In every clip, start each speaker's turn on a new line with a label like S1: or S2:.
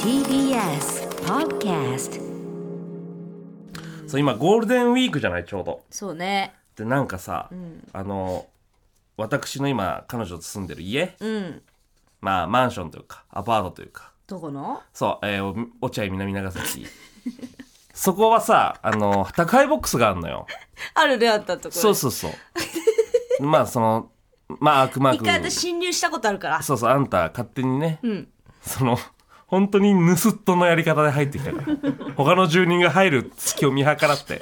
S1: TBS Podcast
S2: そう今ゴールデンウィークじゃないちょうど
S1: そうね
S2: でなんかさ、あの私の今彼女と住んでる家、
S1: うん
S2: まあマンションというかアパートというか
S1: どこの
S2: そう、えーお落合南 長崎そこはさあの宅配ボックスがあるのよ
S1: あるであったところ
S2: そうそうそうまあそのまあ悪魔
S1: 一
S2: 君
S1: 回私侵入したことあるから
S2: そうそうあんた勝手にね、
S1: うん
S2: その本当に盗っ人のやり方で入ってき たから他の住人が入る隙を見計らって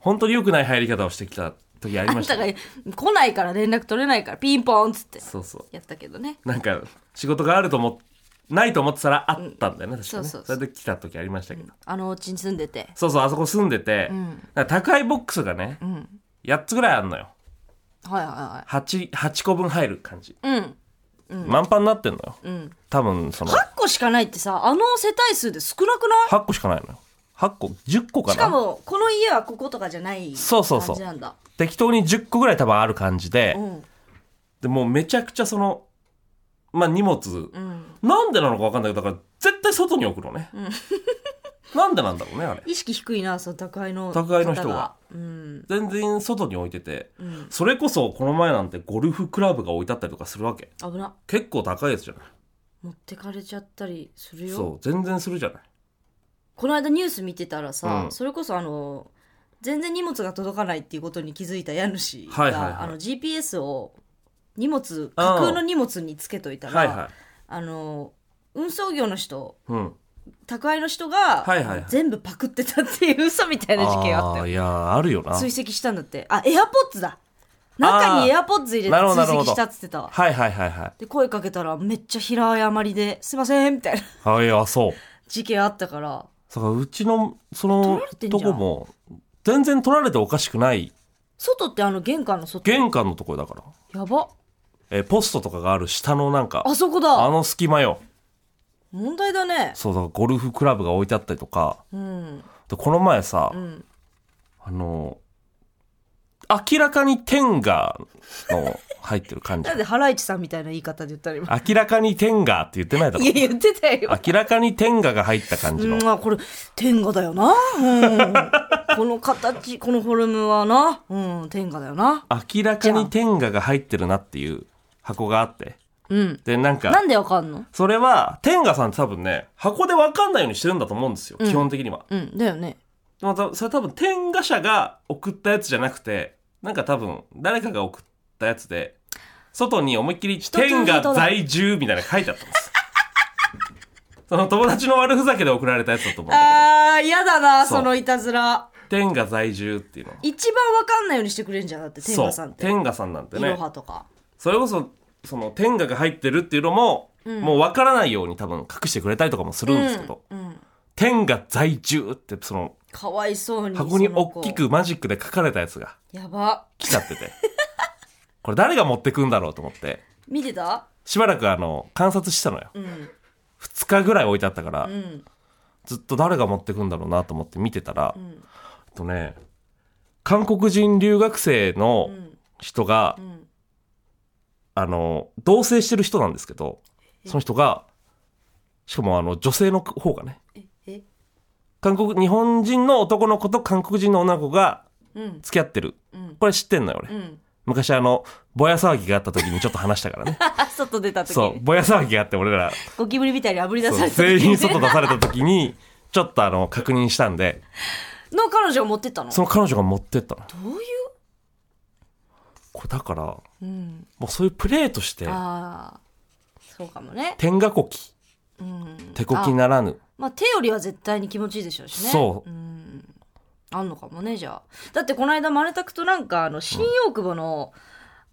S2: 本当に良くない入り方をしてきた時あり
S1: あ
S2: ま
S1: ん
S2: した
S1: た
S2: ね
S1: が来ないから連絡取れないからピンポンっつって
S2: そうそう
S1: やったけどね
S2: なんか仕事があると思っないと思ってたらあったんだよね、確かね
S1: そうそうそう
S2: れで来た時ありましたけど、
S1: あのお家に住んでて
S2: そうそうあそこ住んでて、なんか宅配ボックスがね、8つぐらいあるのよ
S1: はいは
S2: 8, 8個分入る感じ、
S1: いはいうん
S2: 満帆になってんのよ、多分その
S1: 8個しかないってさあの世帯数で少なくない
S2: 8個しかないのよ8個10個かな
S1: しかもこの家はこことかじゃない
S2: そうそうそ
S1: 感
S2: う
S1: じなんだ
S2: 適当に10個ぐらい多分ある感じで、
S1: ん
S2: でもうめちゃくちゃそのまあ荷物、なんでなのか分かんないけどだから絶対外に置くのね、 なんでなんだろうねあれ
S1: 意識低いなその宅配の
S2: 宅配の人
S1: 方
S2: が
S1: うん
S2: 全然外に置いてて、それこそこの前なんてゴルフクラブが置いてあったりとかするわけ
S1: 危な
S2: 結構高いやつじゃない
S1: 持ってかれちゃったりするよ
S2: そう全然するじゃない
S1: この間ニュース見てたらさ、
S2: うん
S1: それこそあの全然荷物が届かないっていうことに気づいた家主が、
S2: はいはいはい
S1: あの GPS を荷物
S2: ああ
S1: 架空の荷物につけといたら
S2: はいは
S1: あの運送業の人
S2: いうん
S1: 宅配の人が、
S2: はいはいはい
S1: 全部パクってたっていう嘘みたいな事件あったよ
S2: ーいやーあるよな
S1: 追跡したんだってあエアポッツだ中にエアポッツ入れて
S2: なるほどなる
S1: 追
S2: ほ
S1: 跡
S2: ど
S1: したっつってたわ
S2: はいはいはいはい
S1: で声かけたらめっちゃ平謝りで「すいません」みたいな
S2: はいあそう
S1: 事件あったから
S2: だからうちのそ
S1: 取
S2: の
S1: られてんじゃ
S2: と
S1: ん
S2: こも全然取られておかしくない
S1: 外ってあの玄関の外
S2: 玄関のところだから、
S1: やば
S2: えーポストとかがある下のなんか
S1: あそこだ
S2: あの隙間よ
S1: 問題だね
S2: そうだからゴルフクラブが置いてあったりとか
S1: うん
S2: でこの前さ、
S1: ん
S2: あのー明らかにテンガーの入ってる 感じ
S1: なんでハライチさんみたいな言い方で言ったら今
S2: 明らかにテンガーって言ってないだろ
S1: いや言ってたよ
S2: 明らかにテンガが入った感
S1: う
S2: じの、
S1: んあこれ天下だよな、う ん、この形このフォルムはな、うん、天下だよな
S2: 明らかにテンガが入ってるなっていう箱があって
S1: うん
S2: でなんか
S1: なんでわかんの
S2: それは、天ガさんって多分ね、箱で分かんないようにしてるんだと思うんですよ、基本的には。
S1: うんだよね
S2: でもたそれ多分、天ガ社が送ったやつじゃなくて、なんか多分、誰かが送ったやつで、外に思いっきり、
S1: と
S2: 天ガ在住みたいなの書いてあったん です。その友達の悪ふざけで送られたやつだと思うんだ
S1: あー嫌だな
S2: そう
S1: そのいたずら
S2: けど、天ガ在住っていうの。
S1: 一番わかんないようにしてくれんじゃんだって天
S2: そ
S1: 下さんっ
S2: う。
S1: て
S2: 天ガさんなんて
S1: いろ
S2: ね。
S1: はとか
S2: それこそ、その天ガが入ってるっていうのも、もう分からないように多分隠してくれたりとかもするんですけど、天ガ在住ってその
S1: かわいそうに
S2: 箱に
S1: その子
S2: 大きくマジックで書かれたやつが
S1: やば
S2: 来ちゃっててこれ誰が持ってくんだろうと思って
S1: 見てた
S2: しばらくあの観察してたのよ、二
S1: ん
S2: 2日ぐらい置いてあったから、
S1: ん
S2: ずっと誰が持ってくんだろうなと思って見てたら、えっとね韓国人留学生の人が、
S1: ん
S2: あの同棲してる人なんですけどその人がしかもあの女性の方がね
S1: ええ
S2: 韓国日本人の男の子と韓国人の女の子が
S1: うん
S2: 付き合ってる、
S1: ん
S2: これ知ってんのよ俺、
S1: うん
S2: 昔あのぼや騒ぎがあった時にちょっと話したからね
S1: あ外出た時
S2: そう
S1: に
S2: ぼや騒ぎがあって俺ら
S1: ゴキブリみたいに炙り出
S2: そう
S1: された時に
S2: 全員外出された時にちょっとあの確認したんで
S1: の彼女を持ってったの
S2: その彼女が持ってったの
S1: どういう
S2: これだからも
S1: うん
S2: うそういうプレーとして
S1: ああそうかもね
S2: 天下こき
S1: うん
S2: 手こきならぬ
S1: まあ手よりは絶対に気持ちいいでしょうしね
S2: そう
S1: うんあんのかもねじゃあだってこの間マネタクとなんかあの新大久保の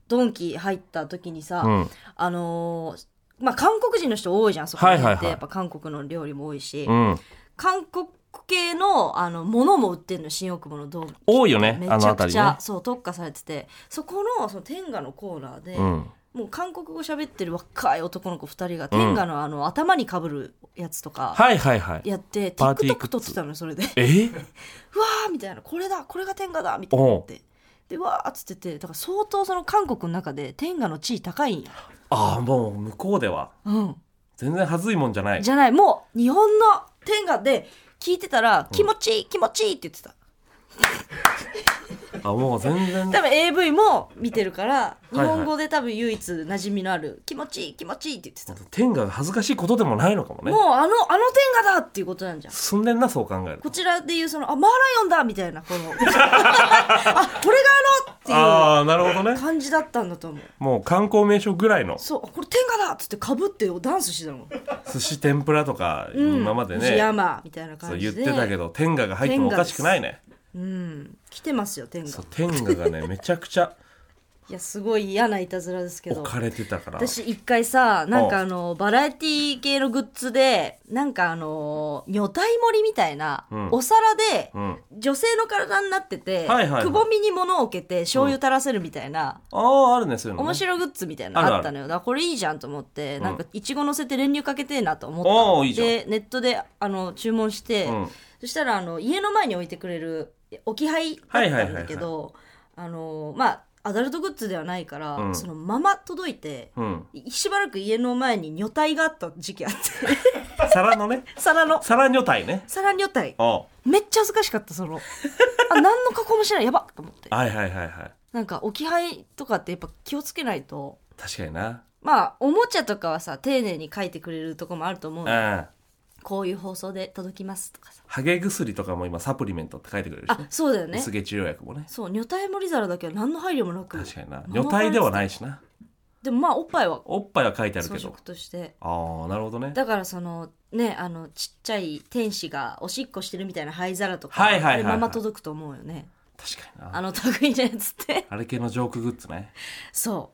S1: ドンキ入った時にさ、
S2: うん
S1: あのーまあ韓国人の人多いじゃんそこに行って、
S2: はいはいはい
S1: やっぱ韓国の料理も多いし、
S2: うん
S1: 韓国系のあのものも売ってるの新大久保のドンキ
S2: 多いよね
S1: め
S2: あ
S1: ち
S2: の
S1: ゃく
S2: 辺り
S1: ちゃ、
S2: ね
S1: そう特化されててそこのその天下のコーナーで、
S2: うん
S1: もう韓国語喋ってる若い男の子2人が天下のあの頭にかぶるやつとか
S2: はいはいはい
S1: やって、
S2: パーティー
S1: TikTok
S2: グッズ
S1: 撮ってたのよそれで
S2: え
S1: うわーみたいなこれだこれが天下だみたいになってでわーっつっててだから相当その韓国の中で天下の地位高いんや
S2: ああもう向こうでは
S1: うん
S2: 全然恥ずいもんじゃない
S1: じゃないもう日本の天下で聞いてたら気持ちいい気持ちいいって言ってた
S2: あもう全然
S1: 多分 AV も見てるから
S2: い
S1: 日
S2: はい
S1: 本語で多分唯一馴染みのある気持ちいい気持ちいいって言ってた
S2: 天下が恥ずかしいことでもないのかもね
S1: もうあのあの天下だっていうことなんじゃん
S2: 進んでんなそう考えると
S1: こちらでいうそのあマーライオンだみたいなこ のあこれがあのっ
S2: ああなるほど
S1: てい
S2: ね
S1: う感じだったんだと思う
S2: もう観光名所ぐらいの
S1: そうあこれ天下だっつってかぶってダンスしてたもん、
S2: 寿司天ぷらとか
S1: うん、
S2: 今までね、
S1: 星山みたいな
S2: そ
S1: 感
S2: う言
S1: じ
S2: っ
S1: で
S2: てたけど天下が入ってもおかしくないね
S1: うん来てますよ天下
S2: そう天下がねめちゃくちゃ
S1: いやすごい嫌ないたずらですけ
S2: 置
S1: ど
S2: かれてたから
S1: 私一回さなんかあのバラエティ系のグッズでなんかあの女体盛りみたいな、
S2: うん
S1: お皿で、
S2: うん
S1: 女性の体になってて、
S2: はいはいはい
S1: くぼみに物を置けて醤油垂らせるみたいな、
S2: あああるねそういうの、ね、
S1: 面白グッズみたいな
S2: あるある
S1: のあったのよだからこれいいじゃんと思って、
S2: ん
S1: なんかいちご乗せて練乳かけてえなと思った
S2: おー
S1: の
S2: いいじゃん
S1: でネットであの注文して、
S2: うん
S1: そしたらあの家の前に置いてくれる置き配だったんだけどあのまあアダルトグッズではないから、
S2: うん
S1: そのまま届いて、
S2: うん
S1: しばらく家の前に女体があった時期あって
S2: 皿のね
S1: 皿の
S2: 皿女体ね
S1: 皿女体
S2: ああ
S1: めっちゃ恥ずかしかった そのあ何の加工もしないやばっと思って
S2: はいはいはいはい
S1: なんか置き配とかってやっぱ気をつけないと
S2: 確かにな
S1: まあおもちゃとかはさ丁寧に書いてくれるとこもあると思うの
S2: うん
S1: こういう放送で届きますとかさ
S2: ハゲ薬とかも今サプリメントって書いてくれるし
S1: あ
S2: ね
S1: そうだよね
S2: 薄毛治療薬もね
S1: そう女体盛り皿だけは何の配慮もなく
S2: 確かにな女体ではないしな
S1: でもまあおっぱいは
S2: おっぱいは書いてある
S1: 装
S2: け
S1: 飾
S2: ど
S1: として
S2: ああなるほどね
S1: だからそのねあのちっちゃい天使がおしっこしてるみたいな灰皿とか、
S2: はいはいはい
S1: あ
S2: はい
S1: れまま届くと思うよね
S2: 確かに
S1: あ
S2: な
S1: の類のやつって
S2: あれ系のジョークグッズね
S1: そ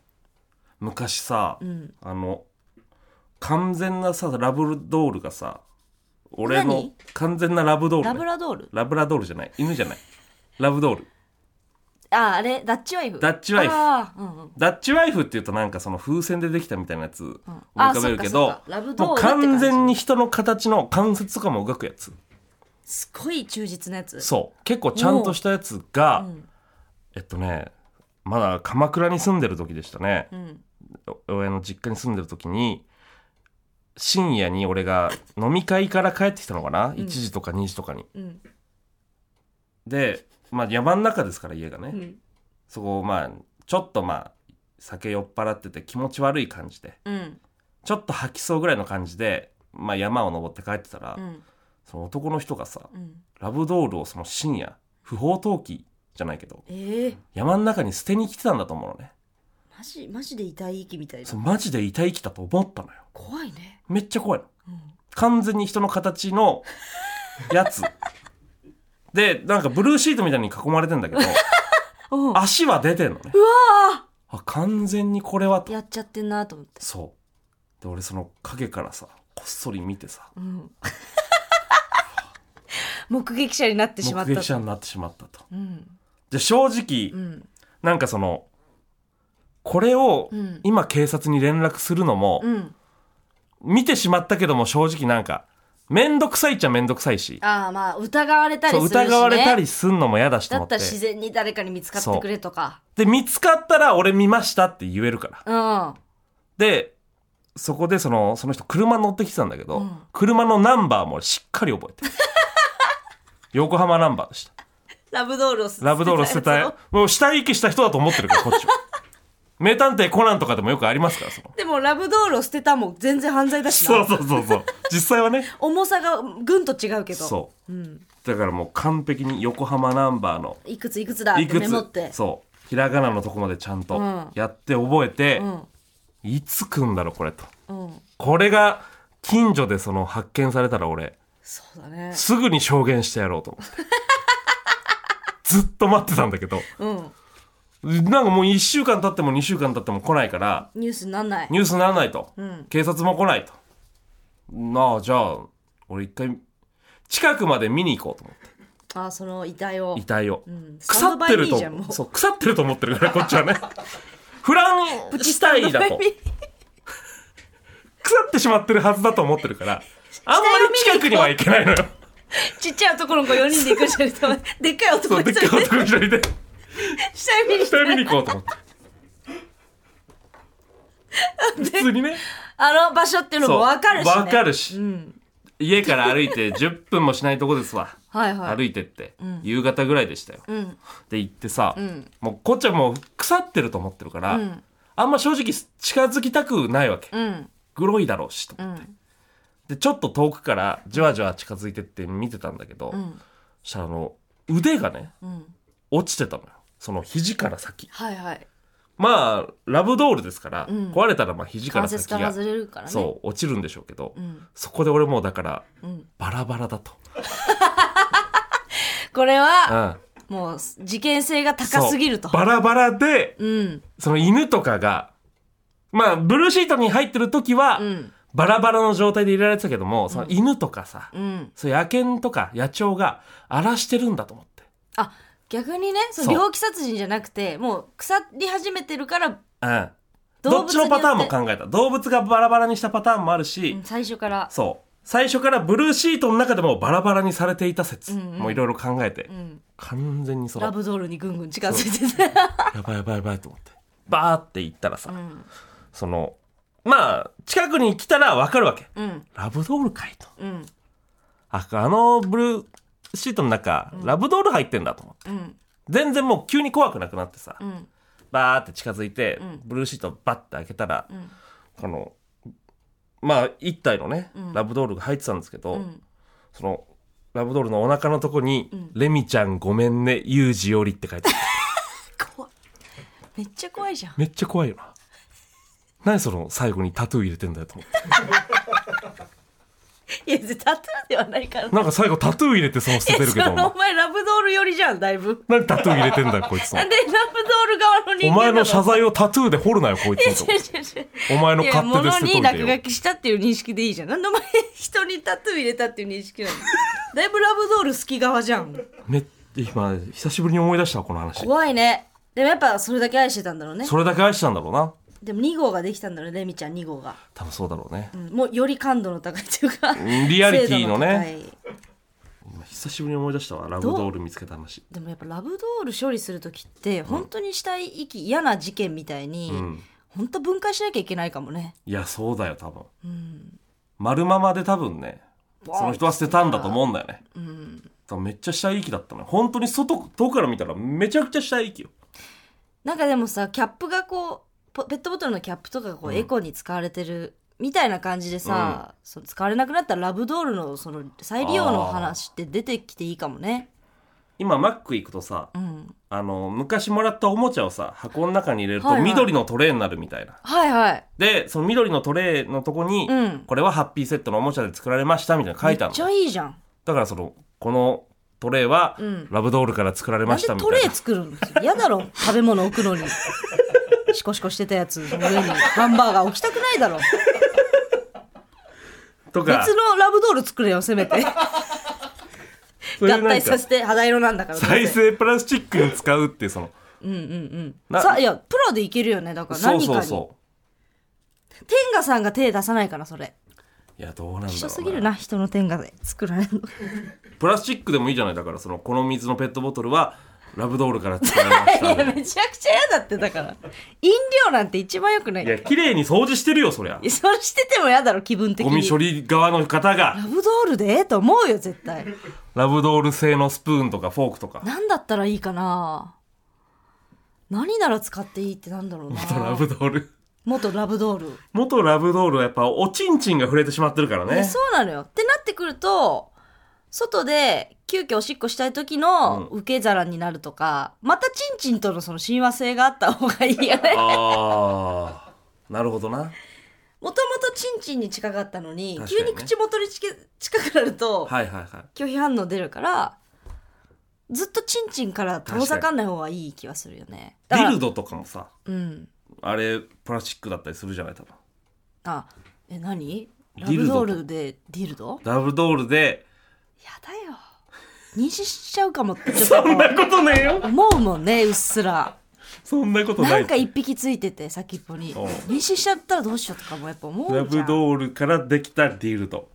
S2: 昔さ、
S1: ううん
S2: あの完全なさラブドールがさ俺の
S1: 何
S2: 完全なラブドール
S1: ラ
S2: ね、
S1: ブラドール
S2: ラブラドールじゃない犬じゃないラブドール
S1: ああれダッチワイフ
S2: ダッチワイフ
S1: あーうんうん
S2: ダッチワイフっていうとなんかその風船でできたみたいなやつ思い
S1: うんあ
S2: 浮かべるけ
S1: そっ
S2: ど
S1: かそっかラブドール
S2: もう
S1: って感じ
S2: 完全に人の形の関節とかも動くやつ
S1: すごい忠実なやつ
S2: そう結構ちゃんとしたやつが、
S1: うん
S2: えっとねまだ鎌倉に住んでる時でしたね
S1: うん
S2: お親の実家に住んでる時に深夜に俺が飲み会から帰ってきたのかな、1時とか2時とかに
S1: うん
S2: で、まあ、山の中ですから家がね、
S1: うん
S2: そこをまあちょっとまあ酒酔っ払ってて気持ち悪い感じで
S1: うん
S2: ちょっと吐きそうぐらいの感じで、まあ、山を登って帰ってたら、
S1: うん
S2: その男の人がさ
S1: うん
S2: ラブドールをその深夜不法投棄じゃないけど
S1: ええ
S2: 山の中に捨てに来てたんだと思うのね
S1: マジマジで痛い息みたい
S2: そ
S1: な
S2: うマジで痛いきたと思ったのよ
S1: 怖いね、
S2: めっちゃ怖いの
S1: うん
S2: 完全に人の形のや つでなんかブルーシートみたいに囲まれてん だけど
S1: うん、
S2: 足は出てんのね
S1: うわ
S2: あ完全にこれは
S1: ーやっちゃってんなと思って、
S2: そうで俺その影からさこっそり見てさ
S1: うん、 目撃者になってしまっ
S2: 目
S1: た
S2: 撃者になってしまったと
S1: うん
S2: で正直、
S1: うん
S2: なんかそのこれを
S1: うん
S2: 今警察に連絡するのも、
S1: うん
S2: 見てしまったけども正直なんか面倒くさいっちゃ面倒くさいし
S1: ああまあ疑われたり
S2: そう
S1: するし、ね、
S2: 疑われたりすんのも嫌だしと
S1: だ
S2: 思っ
S1: ってたら自然に誰かに見つかってくれとか
S2: で見つかったら俺見ましたって言えるから
S1: うん
S2: でそこでそのその人車乗ってきてたんだけど、
S1: うん
S2: 車のナンバーもしっかり覚えて る横浜ナンバーでした
S1: ラブドールを捨てた
S2: ラブドール捨てた
S1: やつ
S2: い
S1: を。
S2: もう死いきした人だと思ってるから、こっ ちは。名探偵コナンとかでもよくありますから、その。
S1: でもラブドールを捨てたもん全然犯罪だしな
S2: そうそうそうそう。実際はね。
S1: 重さがぐんと違うけど、
S2: そう
S1: ん、
S2: う。だからもう完璧に横浜ナンバーの
S1: いくついくつだっ
S2: い
S1: て
S2: く
S1: メモって
S2: つ、そう。ひらがなのとこまでちゃんと
S1: うん
S2: やって覚えて
S1: う、ん
S2: いつ来んだろ、これと。
S1: うん
S2: これが近所でその発見されたら俺、
S1: そうだね
S2: すぐに証言してやろうと思 って。ずっと待ってたんだけど、
S1: うん
S2: なんかもう1週間経っても2週間経っても来ないから、
S1: ニュースになんない
S2: ニュースにならないと。
S1: うん
S2: 警察も来ないと。なあ、じゃあ、俺一回、近くまで見に行こうと思って。
S1: あーその遺体を
S2: 遺体を。
S1: ん
S2: 腐ってる
S1: スタンドバイミーじゃんも
S2: と、
S1: う
S2: そう、腐ってると思ってるから、こっ ちはね。フラン死体だと。腐ってしまってるはずだと思ってるから、あんまり近くには行 けないのよ。
S1: ちっちゃい男の子4人で 行くじゃなくてでっかい
S2: そ
S1: 男
S2: う、で
S1: 一
S2: っか
S1: 人
S2: い
S1: で
S2: 男一人で、
S1: 下見に
S2: 死体見に行こうと思って。普通にね
S1: あの場所っていうのも
S2: そう
S1: 分かるしね
S2: わかるし
S1: うん、
S2: 家から歩いて10分もしないとこですわ
S1: はい はい
S2: 歩いてって、夕方ぐらいでしたよ
S1: うん
S2: で行ってさ、
S1: ん
S2: もうこっちはもう腐ってると思ってるから、
S1: うん
S2: あんま正直近づきたくないわけ、
S1: うん
S2: グロいだろうしと、
S1: うん
S2: でちょっと遠くからじわじわ近づいてって見てたんだけど、
S1: うん
S2: そしたらあの腕がね
S1: うん
S2: 落ちてたのよその肘から先
S1: はいはい
S2: まあラブドールですから、
S1: うん
S2: 壊れたらまあ肘から
S1: 関
S2: 先
S1: 節から
S2: が
S1: 外れるからね
S2: そう落ちるんでしょうけど、
S1: ん
S2: そこで俺もうだから
S1: うん
S2: バラバラだと、
S1: これ
S2: う
S1: は
S2: ん、
S1: もう事件性が高すぎると
S2: そうバラバラで
S1: うん
S2: その犬とかがまあブルーシートに入ってる時は、
S1: うん
S2: バラバラの状態で入れられてたけどもその犬とかさ、
S1: うん
S2: そう野犬とか野鳥が荒らしてるんだと思って、
S1: あ逆にねそ
S2: そ
S1: の
S2: う
S1: 猟奇殺人じゃなくてもう腐り始めてるから
S2: うん、ど
S1: 動物によ
S2: っ
S1: って
S2: ちのパターンも考えた動物がバラバラにしたパターンもあるし、
S1: うん最初から
S2: そう最初からブルーシートの中でもバラバラにされていた説、
S1: うんうん
S2: もういろいろ考えて、
S1: うん
S2: 完全にその
S1: ラブドールにぐんぐん近づいてて
S2: やばいやばいやばいと思ってバーって行ったらさ、
S1: ん
S2: そのまあ近くに来たらわかるわけ
S1: うん
S2: ラブドールかいと
S1: うん
S2: ああのブルーシートの中、ラブドール入ってんだと思って
S1: うん
S2: 全然もう急に怖くなくなってさ、
S1: うん
S2: バーって近づいて、
S1: うん
S2: ブルーシートバッて開けたら、
S1: ん
S2: このまあ一体のね、
S1: うん
S2: ラブドールが入ってたんですけど、
S1: うん
S2: そのラブドールのお腹のとこに「
S1: ん
S2: レミちゃんごめんねユージより」って書いてある
S1: 怖いめっちゃ怖いじゃん
S2: めっちゃ怖いよな何その最後にタトゥー入れてんだよと思って
S1: いやタトゥーではないから
S2: なんか最後タトゥー入れてその捨ててるけ
S1: いや
S2: ど
S1: そ
S2: お
S1: れ
S2: 前
S1: お前ラブドール寄りじゃんだいぶ
S2: 何タトゥー入れてんだよこいつの
S1: なんでラブドール側の人
S2: お
S1: 間な
S2: 前の謝罪をタトゥーで掘るなよこいつのとこ
S1: 違う違う違う
S2: お前の
S1: いや
S2: 勝手で
S1: 物
S2: 捨てと
S1: に
S2: いて
S1: 落
S2: よ
S1: 書きしたっていう認識でいいじゃんなんでお前人にタトゥー入れたっていう認識な のだいぶラブドール好き側じゃん
S2: め今久しぶりに思い出したわこの話
S1: 怖いねでもやっぱそれだけ愛してたんだろうね
S2: それだけ愛してたんだろうな
S1: でも2号ができたんだろうねレミちゃん2号が、
S2: 多分そうだろうね
S1: うんもうより感度の高いというか
S2: んリアリティ
S1: 精度の
S2: のね
S1: 高い
S2: 今久しぶりに思い出したわラブドール見つけた話
S1: でもやっぱラブドール処理する時って本当に死体遺棄嫌な事件みたいに、
S2: うん
S1: 本当分解しなきゃいけないかもね
S2: いやそうだよ多分、丸ままで多分ねその人は捨てたんだと思うんだよね、多分めっちゃ死体遺棄だったのよ本当に外遠くから見たらめちゃくちゃ死体遺棄よ
S1: なんかでもさキャップがこうポペットボトルのキャップとかがこう、エコに使われてるみたいな感じでさ、その使われなくなったラブドールのその再利用の話って出てきていいかもね
S2: 今マック行くとさ
S1: うん
S2: あの昔もらったおもちゃをさ箱の中に入れる
S1: は
S2: と
S1: いはい
S2: 緑のトレーになるみたいな、
S1: はいはい
S2: でその緑のトレーのとこに、
S1: うん
S2: これはハッピーセットのおもちゃで作られましたみたいなの書
S1: め
S2: い
S1: って
S2: ある
S1: ち
S2: の
S1: ゃいいじゃん
S2: だからそのこのトレーは、
S1: うん
S2: ラブドールから作られ
S1: な
S2: ま
S1: ん
S2: し
S1: で
S2: たみた
S1: ト
S2: いな
S1: レー作るの嫌だろ食べ物置くのにシコシコしてたやつの上にハンバーガー置きたくないだろ
S2: とか
S1: 別のラブドール作れよせめて
S2: そういう
S1: 合
S2: なん
S1: 体さ
S2: か
S1: せて肌色なんだから
S2: 再生プラスチックに使うっていうそのな
S1: さいやプロでいけるよねだから
S2: そう
S1: 何か
S2: そう
S1: に
S2: そ
S1: 天下さんが手出さないからそれ
S2: ういやどうなんだろ
S1: 希
S2: う
S1: 少
S2: な
S1: すぎるな人の天下で作られるの
S2: プラスチックでもいいじゃないだからそのこの水のペットボトルはラブドールから作られま し
S1: いや
S2: た
S1: めちゃくちゃ嫌だってだから 飲料なんて一番よくない
S2: いや綺麗に掃除してるよそりゃ
S1: いやそれしてても嫌だろ気分的
S2: ゴ
S1: に
S2: ミ処理側の方が
S1: ラブドールでええと思うよ絶対
S2: ラブドール製のスプーンとかフォークとか
S1: 何だったらいいかな何なら使っていいってなんだろうな
S2: 元ラブドール
S1: 元ラブドール
S2: 元ラブドールはやっぱおちんちんが触れてしまってるから
S1: いや
S2: ね
S1: そうなのよってなってくると外で急遽おしっこしたい時の受け皿になるとか、またチンチンとのその親和性があった方がいいよね
S2: ああなるほどな
S1: もともとチンチンに近かったのに
S2: 確か
S1: 急
S2: にね
S1: に口元に近近くなると
S2: はいはいはい
S1: 拒否反応出るからずっとチンチンから遠ざかんない方がいい気はするよねだか
S2: ビ
S1: ら
S2: ルドとかもさ
S1: うん
S2: あれプラスチックだったりするじゃない多分
S1: あえ何ラ
S2: ディル
S1: ブ
S2: ドと
S1: ドールでディルド
S2: ラブドールで
S1: やだよ妊娠しちゃうかもってちょっ
S2: そんな
S1: と
S2: ことねえよ
S1: 思うもんねうっすら
S2: そんなことな
S1: ないんか一匹ついてて先っぽに
S2: おう
S1: 妊娠しちゃったらどうしようとかもやっぱ思
S2: ラ
S1: うじゃ
S2: ブ
S1: ん
S2: ドールからできたディルド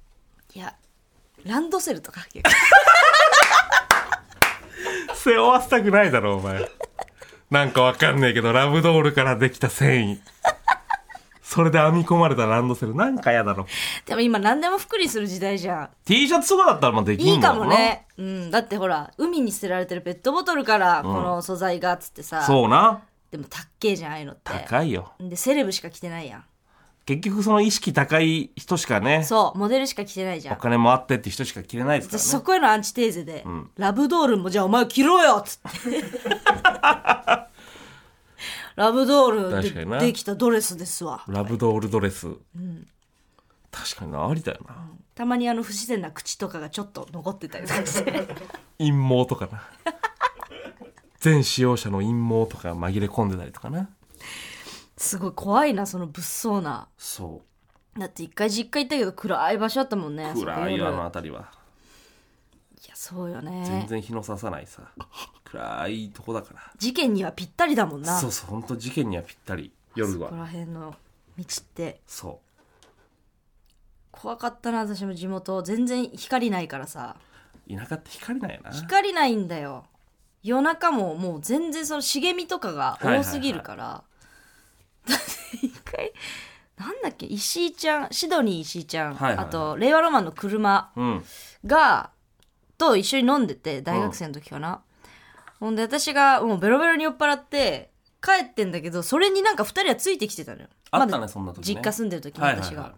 S1: いやランドセルとか
S2: 背負わせたくないだろお前なんかわかんねえけどラブドールからできた繊維それで編み込まれたランドセルなんかやだろ
S1: でも今何でも服にする時代じゃ
S2: T シャツとかだったらまあで
S1: ん
S2: き
S1: い
S2: ん
S1: い
S2: だ
S1: か
S2: ろ
S1: も
S2: うな
S1: ね、うん、だってほら海に捨てられてるペットボトルからこの素材がっつってさ、
S2: そうな
S1: でもたっけえじゃんああいうのって
S2: 高いよ
S1: でセレブしか着てないやん
S2: 結局その意識高い人しかね
S1: そうモデルしか着てないじゃ
S2: お
S1: ん
S2: 金もあってって人しか着れないです
S1: で
S2: から
S1: そ
S2: ね
S1: こへのアンチテーゼで、ラブドールもじゃあお前着ろよっつって ラブドー
S2: 確かに
S1: ル
S2: な
S1: でできたドレスですわ
S2: ラブドールドレス、確かになありだよな
S1: たまにあの不自然な口とかがちょっと残ってたりとかして
S2: 陰謀とかな 全使用者の陰謀とか紛れ込んでたりとかな
S1: すごい怖いなその物騒な
S2: そ
S1: だって一回実家行ったけど暗い場所だったもんね
S2: う暗い
S1: そこ
S2: よあ
S1: 夜
S2: の辺りは
S1: やそうよ
S2: 全
S1: ね
S2: 然日の差さないさ暗いとこだか
S1: 事件にはぴったりだもん
S2: ら
S1: な
S2: そうそうほんと事件にはぴったり夜
S1: ここ
S2: は
S1: ら辺の道って
S2: そ
S1: 怖かったな私も地元全然光ないからさ
S2: う田舎って光なんやな
S1: 光ないんだよ夜中ももう全然その茂みとかが多すぎるから、だって一回なんだっけ石井ちゃんシドニー石井ちゃん、
S2: はいはいはい
S1: あと令和ロマンの車
S2: うん
S1: がと一緒に飲んでて大学生の時かな、ほんで私がもうベロベロに酔っ払って帰ってんだけどそれになんか2人はついてきてたのよ
S2: あった
S1: ま
S2: ね
S1: だ
S2: そんな時ね
S1: 実家住んでる時に
S2: はいはいはい
S1: 私が、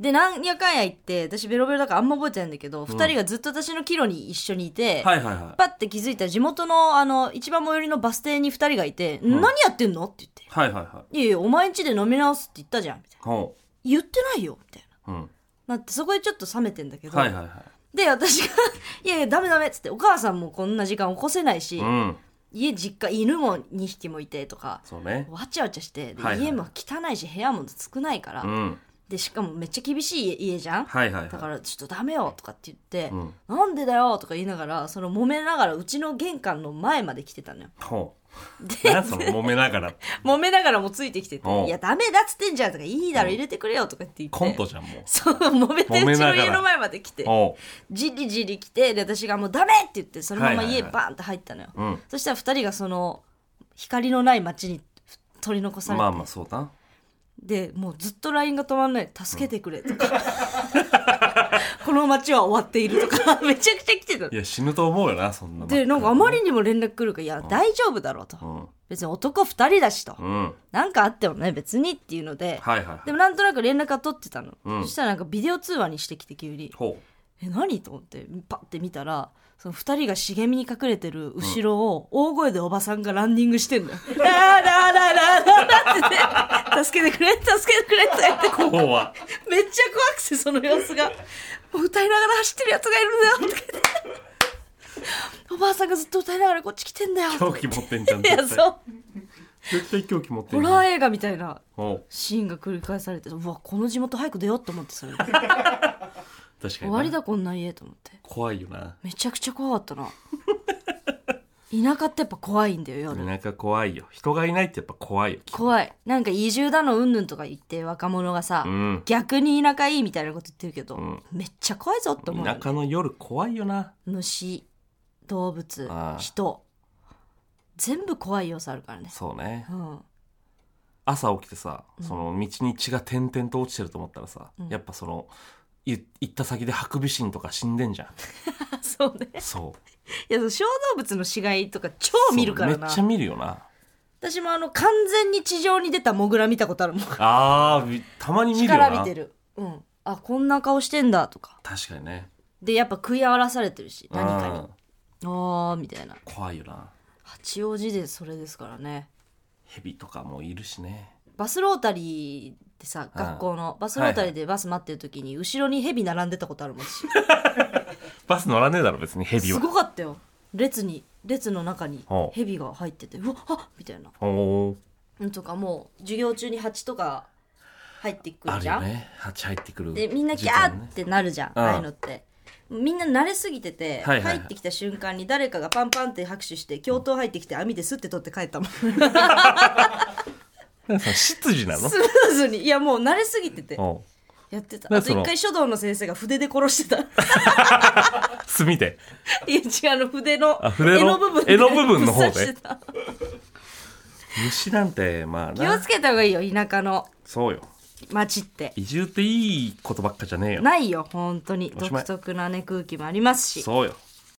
S1: でなんやかんや言って私ベロベロだからあんま覚えてないんだけど、二2人がずっと私の帰路に一緒にいて、
S2: はいはいはい
S1: パッて気づいたら地元のあの一番最寄りのバス停に2人がいて「何やってんの?」って言って
S2: はいはいは
S1: 「
S2: い
S1: いやいやお前ん家で飲み直すって言ったじゃん」みたいな
S2: ほ
S1: 「言ってないよ」みたいな。
S2: ううん
S1: なってそこでちょっと冷めてんだけど、
S2: はいはいはい
S1: で私が 「いやいやダメダメ」っつってお母さんもこんな時間起こせないし、
S2: うん
S1: 家実家犬も2匹もいてとか
S2: そうね
S1: わちゃわちゃしてで
S2: はいはい
S1: 家も汚いし部屋も少ないから、
S2: うん
S1: でしかもめっちゃ厳しい家家じゃん、
S2: はいはい
S1: だ
S2: は
S1: からちょっとダメよとかって言って
S2: い、うん
S1: なんでだよとか言いながらその揉めながらうちの玄関の前まで来てたのよ
S2: ほうなんやその揉めながら
S1: 揉めながらもついてきてて「
S2: おう
S1: いやダメだっつってんじゃん」とか「いいだろ
S2: うん
S1: 入れてくれよ」とかって言って
S2: コントじゃんも う
S1: そう揉めて
S2: 揉め
S1: うち
S2: なが
S1: の
S2: ら
S1: 家の前まで来て
S2: ほ
S1: じりじり来てで私が「もうダメ!」って言ってそのまま
S2: はいはい
S1: 家
S2: はい
S1: バーンって入ったのよ、
S2: ううん
S1: そしたら2人がその光のない街に取り残されて、
S2: まあまあそうだ
S1: でもうずっと LINE が止まんない「助けてくれ」とか 「この街は終わっている」とか めちゃくちゃ来てたの
S2: いや死ぬと思うよなそんな
S1: でなんかあまりにも連絡来るから「いや大丈夫だろ」と
S2: うん
S1: 別に男2人だしと
S2: うんはい
S1: なんかあってもね別にっていうので
S2: はいはい
S1: でもなんとなく連絡は取ってたの、
S2: うん
S1: そしたらなんかビデオ通話にしてきて急に
S2: ほ
S1: 「え何?」と思ってパッて見たらその2人が茂みに隠れてる後ろを大声でおばさんがランニングしてんのよ 「ラーラーラーラーラーラー」ってね「助けてくれ助けてくれ」って言って
S2: うこうは
S1: めっちゃ怖くてその様 子がもう歌いながら走ってるやつがいるんだよとか 言っておばあさんがずっと歌いながらこっち来てんだよ
S2: 狂気持ってんじゃん
S1: いや
S2: 絶対
S1: そう
S2: 絶対狂気持って
S1: ホ
S2: んじ
S1: ラ
S2: ゃ
S1: ー
S2: ん
S1: 映画みたいな
S2: ほう
S1: シーンが繰り返されてうわこの地元早く出ようと思って それで
S2: 確か
S1: 終
S2: に
S1: わり
S2: な
S1: だこんな家と思って
S2: 怖いよな
S1: めちゃくちゃ怖かったな 田舎ってやっぱ怖いんだよ夜
S2: 田舎怖いよ人がいないってやっぱ怖いよ
S1: 怖いなんか移住だのうんぬんとか言って若者がさ、
S2: うん
S1: 逆に田舎いいみたいなこと言ってるけど、
S2: ん
S1: めっちゃ怖いぞって思う
S2: 田舎の夜怖いよな
S1: 虫動物
S2: ああ
S1: 人全部怖い要素あるからね、
S2: そうね
S1: うん、
S2: 朝起きてさその道に血が点々と落ちてると思ったらさ
S1: うん
S2: やっぱそのい行った先でハクビシンとか死んで んじゃん
S1: そうね
S2: そう
S1: いやそう小動物の死骸とか超見るから
S2: そうめ
S1: な
S2: っちゃ見るよな
S1: 私もあの完全に地上に出たモグラ見たことあるもん
S2: あーみたまに 見るよ
S1: 力見
S2: な
S1: てるうんあこんな顔してんだとか
S2: 確かにね
S1: でやっぱ食い荒らされてるし何かに
S2: うん
S1: ああみたいな
S2: 怖いよな
S1: 八王子でそれですからね
S2: 蛇とかもいるしね
S1: バスロータリーでさ
S2: ああ
S1: 学校のバスロータリーでバス待ってる時に後ろに蛇並んでたことあるもん私
S2: バス乗らねえだろ別に蛇
S1: す
S2: は
S1: ごかったよ列に列の中に
S2: ほう
S1: 蛇が入っててうわあっみたいな
S2: おお
S1: うんとかもう授業中に蜂とか入ってく
S2: あ
S1: る
S2: る
S1: じゃ
S2: よ
S1: ん、
S2: ね蜂入ってくる
S1: でみんなギ
S2: 時
S1: ャー
S2: 間
S1: っ
S2: ね
S1: てなるじゃん、
S2: うん
S1: ああいうのってみんな慣れすぎてて、
S2: はいはいはい
S1: 入ってきた瞬間に誰かがパンパンって拍手して教頭入ってきて網ですって取って帰ったもんスム
S2: なんかその執事なの
S1: ーズにいやもう慣れすぎてて
S2: おう
S1: やってた
S2: ね
S1: あと
S2: その
S1: 一回書道の先生が筆で殺 してた
S2: 墨で
S1: いや違うあの筆の
S2: あ筆の
S1: 絵の部分で
S2: 絵の部分の方で
S1: ぶっ刺してた
S2: 虫なんてまあ
S1: 気を
S2: な
S1: つけた方がいいよ田舎の
S2: そうよ
S1: 街って
S2: 移住っていいことばっかじゃねえよ
S1: ないよ本当に
S2: おしまい
S1: 独特なね空気もありますし
S2: そうよ